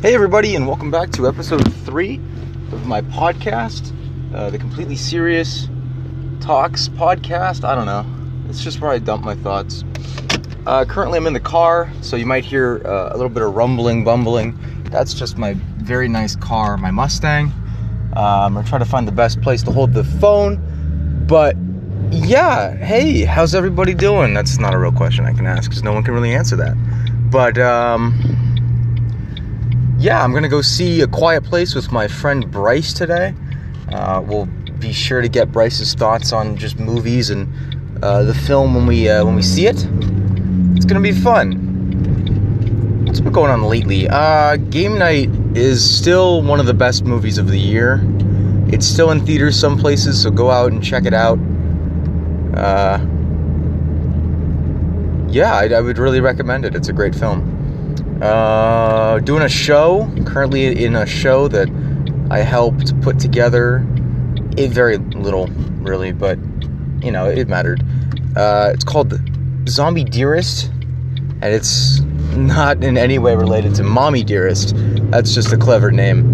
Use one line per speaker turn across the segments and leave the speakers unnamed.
Hey, everybody, and welcome back to episode three of my podcast, uh, the Completely Serious Talks podcast. I don't know. It's just where I dump my thoughts. Uh, currently, I'm in the car, so you might hear uh, a little bit of rumbling, bumbling. That's just my very nice car, my Mustang. Um, I'm gonna try to find the best place to hold the phone, but yeah, hey, how's everybody doing? That's not a real question I can ask because no one can really answer that. But um, yeah, I'm gonna go see a quiet place with my friend Bryce today. Uh, we'll be sure to get Bryce's thoughts on just movies and uh, the film when we uh, when we see it. It's gonna be fun. What's been going on lately? Uh, Game Night is still one of the best movies of the year. It's still in theaters some places, so go out and check it out. Uh, yeah, I, I would really recommend it. It's a great film uh, doing a show currently in a show that I helped put together. It very little really, but you know it mattered. Uh, it's called Zombie Dearest, and it's not in any way related to Mommy Dearest. That's just a clever name.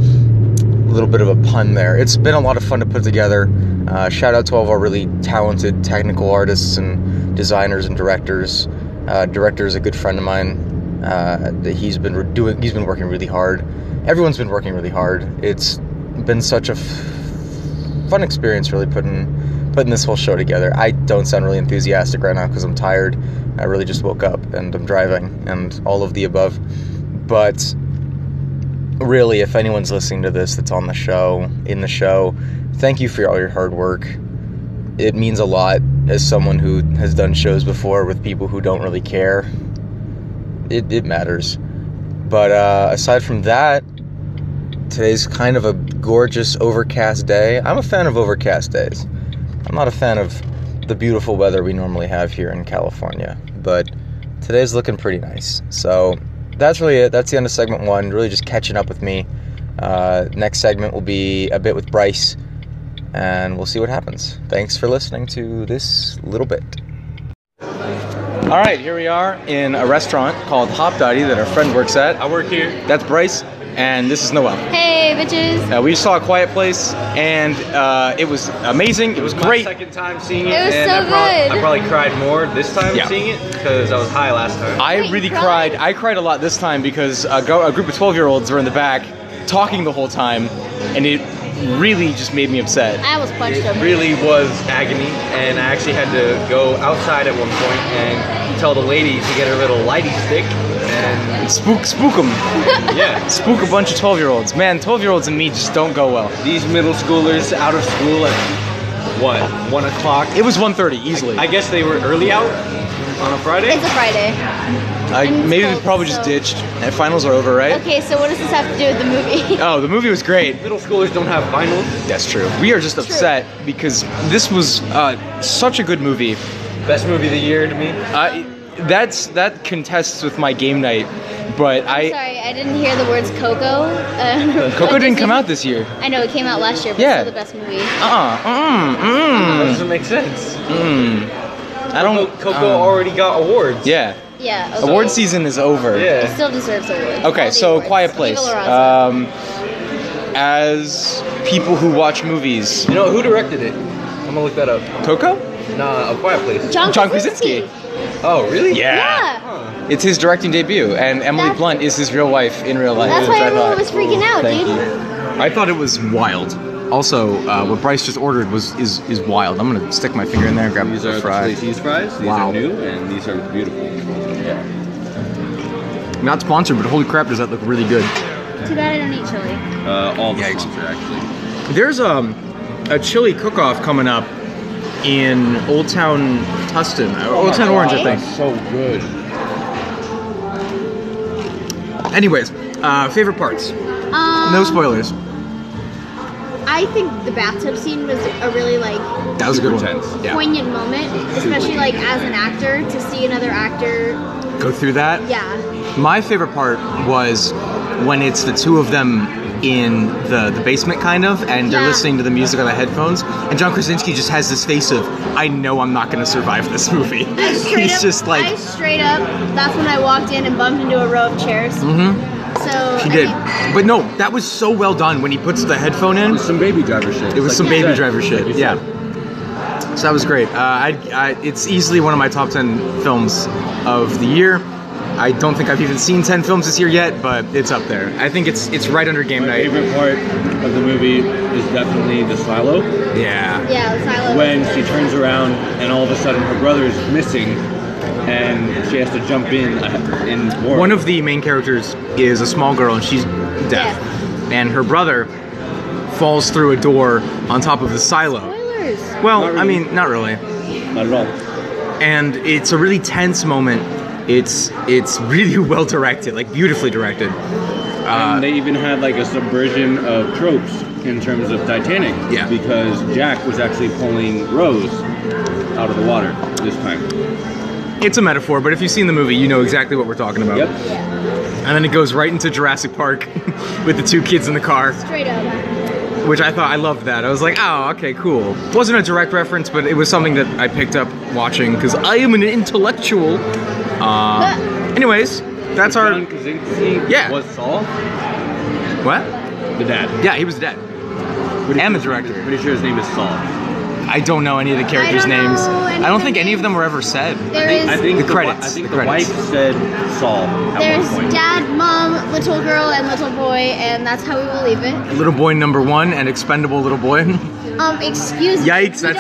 A little bit of a pun there. It's been a lot of fun to put together. Uh, shout out to all of our really talented technical artists and designers and directors. Uh, director is a good friend of mine. Uh, that he's been re- doing. He's been working really hard. Everyone's been working really hard. It's been such a f- fun experience, really putting putting this whole show together. I don't sound really enthusiastic right now because I'm tired. I really just woke up and I'm driving and all of the above. But really, if anyone's listening to this that's on the show, in the show, thank you for all your hard work. It means a lot as someone who has done shows before with people who don't really care. It, it matters. But uh, aside from that, today's kind of a gorgeous overcast day. I'm a fan of overcast days. I'm not a fan of the beautiful weather we normally have here in California, but today's looking pretty nice. So that's really it. That's the end of segment one. Really just catching up with me. Uh, next segment will be a bit with Bryce, and we'll see what happens. Thanks for listening to this little bit. All right, here we are in a restaurant called Hop Dotty that our friend works at.
I work here.
That's Bryce, and this is Noel.
Hey, bitches.
Uh, we saw A Quiet Place, and uh, it was amazing. It was great.
My second time seeing it,
It was
and
so
I, prob-
good.
I probably cried more this time
Yeah.
seeing it because I was high last time.
I
Wait,
really
you
cried.
cried?
I cried a lot this time because a, go- a group of 12 year olds were in the back talking the whole time, and it really just made me upset.
I almost punched
it
him.
really was agony, and I actually had to go outside at one point and tell the lady to get her little lighty stick. And
Spook, spook them.
yeah,
Spook a bunch of 12 year olds. Man, 12 year olds and me just don't go well.
these middle schoolers out of school at what one o'clock.
It was 1.30 easily.
I guess they were early out on a Friday.
It's a Friday.
I,
and
maybe we
so-
probably just
so-
ditched. And finals are over, right?
Okay, so what does this have to do with the movie?
Oh, the movie was great.
Middle schoolers don't have vinyl.
That's true. We are just upset because this was uh, such a good movie.
Best movie of the year to me.
I that's that contests with my game night, but
I'm
I
sorry, I didn't hear the words Coco. Uh,
Coco
like
didn't come
Disney-
out this year.
I know it came out last year, but
Yeah.
it's still the best movie.
Uh
That
uh. Mm, mm,
doesn't make sense.
mm. I don't.
Coco
um,
already got awards.
Yeah.
Yeah. Okay.
Award season is over.
Yeah.
It still deserves awards.
Okay,
All the
so
awards.
Quiet Place.
Viva La Raza.
Um, as people who watch movies,
You know who directed it? I'm gonna look that up.
Coco.
Nah, A Quiet Place.
John,
John
Krasinski.
Oh, really?
Yeah.
Huh.
It's his directing debut, and Emily
That's-
Blunt is his real wife in real life.
That's
which
why
I
everyone
thought-
was freaking out,
Thank
dude.
you. I thought it was wild. Also, uh, what Bryce just ordered was is is wild. I'm gonna stick my finger in there and grab
These
a
are
fry.
fries. cheese fries. These
Wow.
are new and these are beautiful.
Not sponsored, but holy crap, does that look really good?
Too bad I don't eat chili.
Uh, all the
Yikes.
ones are actually.
There's um, a chili cook-off coming up in Old Town Tustin, or Old Town Orange, I think.
So good.
Anyways, uh, favorite parts.
Um,
No spoilers.
I think the bathtub scene was a really like
That was a good
Super
one.
tense.
Yeah.
poignant moment, especially like as an actor to see another actor.
Go through that.
Yeah.
My favorite part was when it's the two of them in the, the basement, kind of, and they're
Yeah.
listening to the music on the headphones, and John Krasinski just has this face of, I know I'm not going to survive this movie.
I straight
He's
up,
just
I
like,
straight up. That's when I walked in and bumped into a row of chairs.
mm-hmm.
So
He
I
did.
mean,
But no, that was so well done when he puts the headphone in.
It's some baby driver shit.
It was
Like
some
you
baby
said.
driver
Like you
shit.
said.
Yeah. So that was great. Uh, I, I, it's easily one of my top 10 films of the year. I don't think I've even seen 10 films this year yet, but it's up there. I think it's it's right under game
My
night.
favorite part of the movie is definitely the silo
Yeah.
yeah, the silo.
when she turns around and all of a sudden her brother is missing, and she has to jump in uh, in war.
One of the main characters is a small girl and she's deaf. And her brother falls through a door on top of the silo.
Spoilers.
Well,
Not
I
really.
mean, not really.
not at all.
and it's a really tense moment. It's it's really well directed, like beautifully directed.
and they even had like a subversion of tropes in terms of Titanic.
Yeah.
Because Jack was actually pulling Rose out of the water this time.
It's a metaphor, but if you've seen the movie, you know exactly what we're talking about.
Yep.
And then it goes right into Jurassic Park with the two kids in the car,
Straight up.
which I thought I loved that. I was like, oh, okay, cool. wasn't a direct reference, but it was something that I picked up watching because I am an intellectual.
Um,
Uh, anyways, that's our
John Krasinski
Yeah.
was Saul,
what?
The dad.
Yeah, he was dead.
Pretty
And the
sure his
director.
name is- Pretty sure his name is Saul.
I don't know any of the characters'
don't know
names.
any
I don't
of
think
their
any of them
names.
were ever said.
There
I
is
think
The
the, wi-
credits,
I think
the
the,
credits.
wife said Saul at
there's
one point.
dad, mom, little girl, and little boy, and that's how we will leave it.
Little boy number one and expendable little boy.
Um, excuse me.
Yikes,
we
that's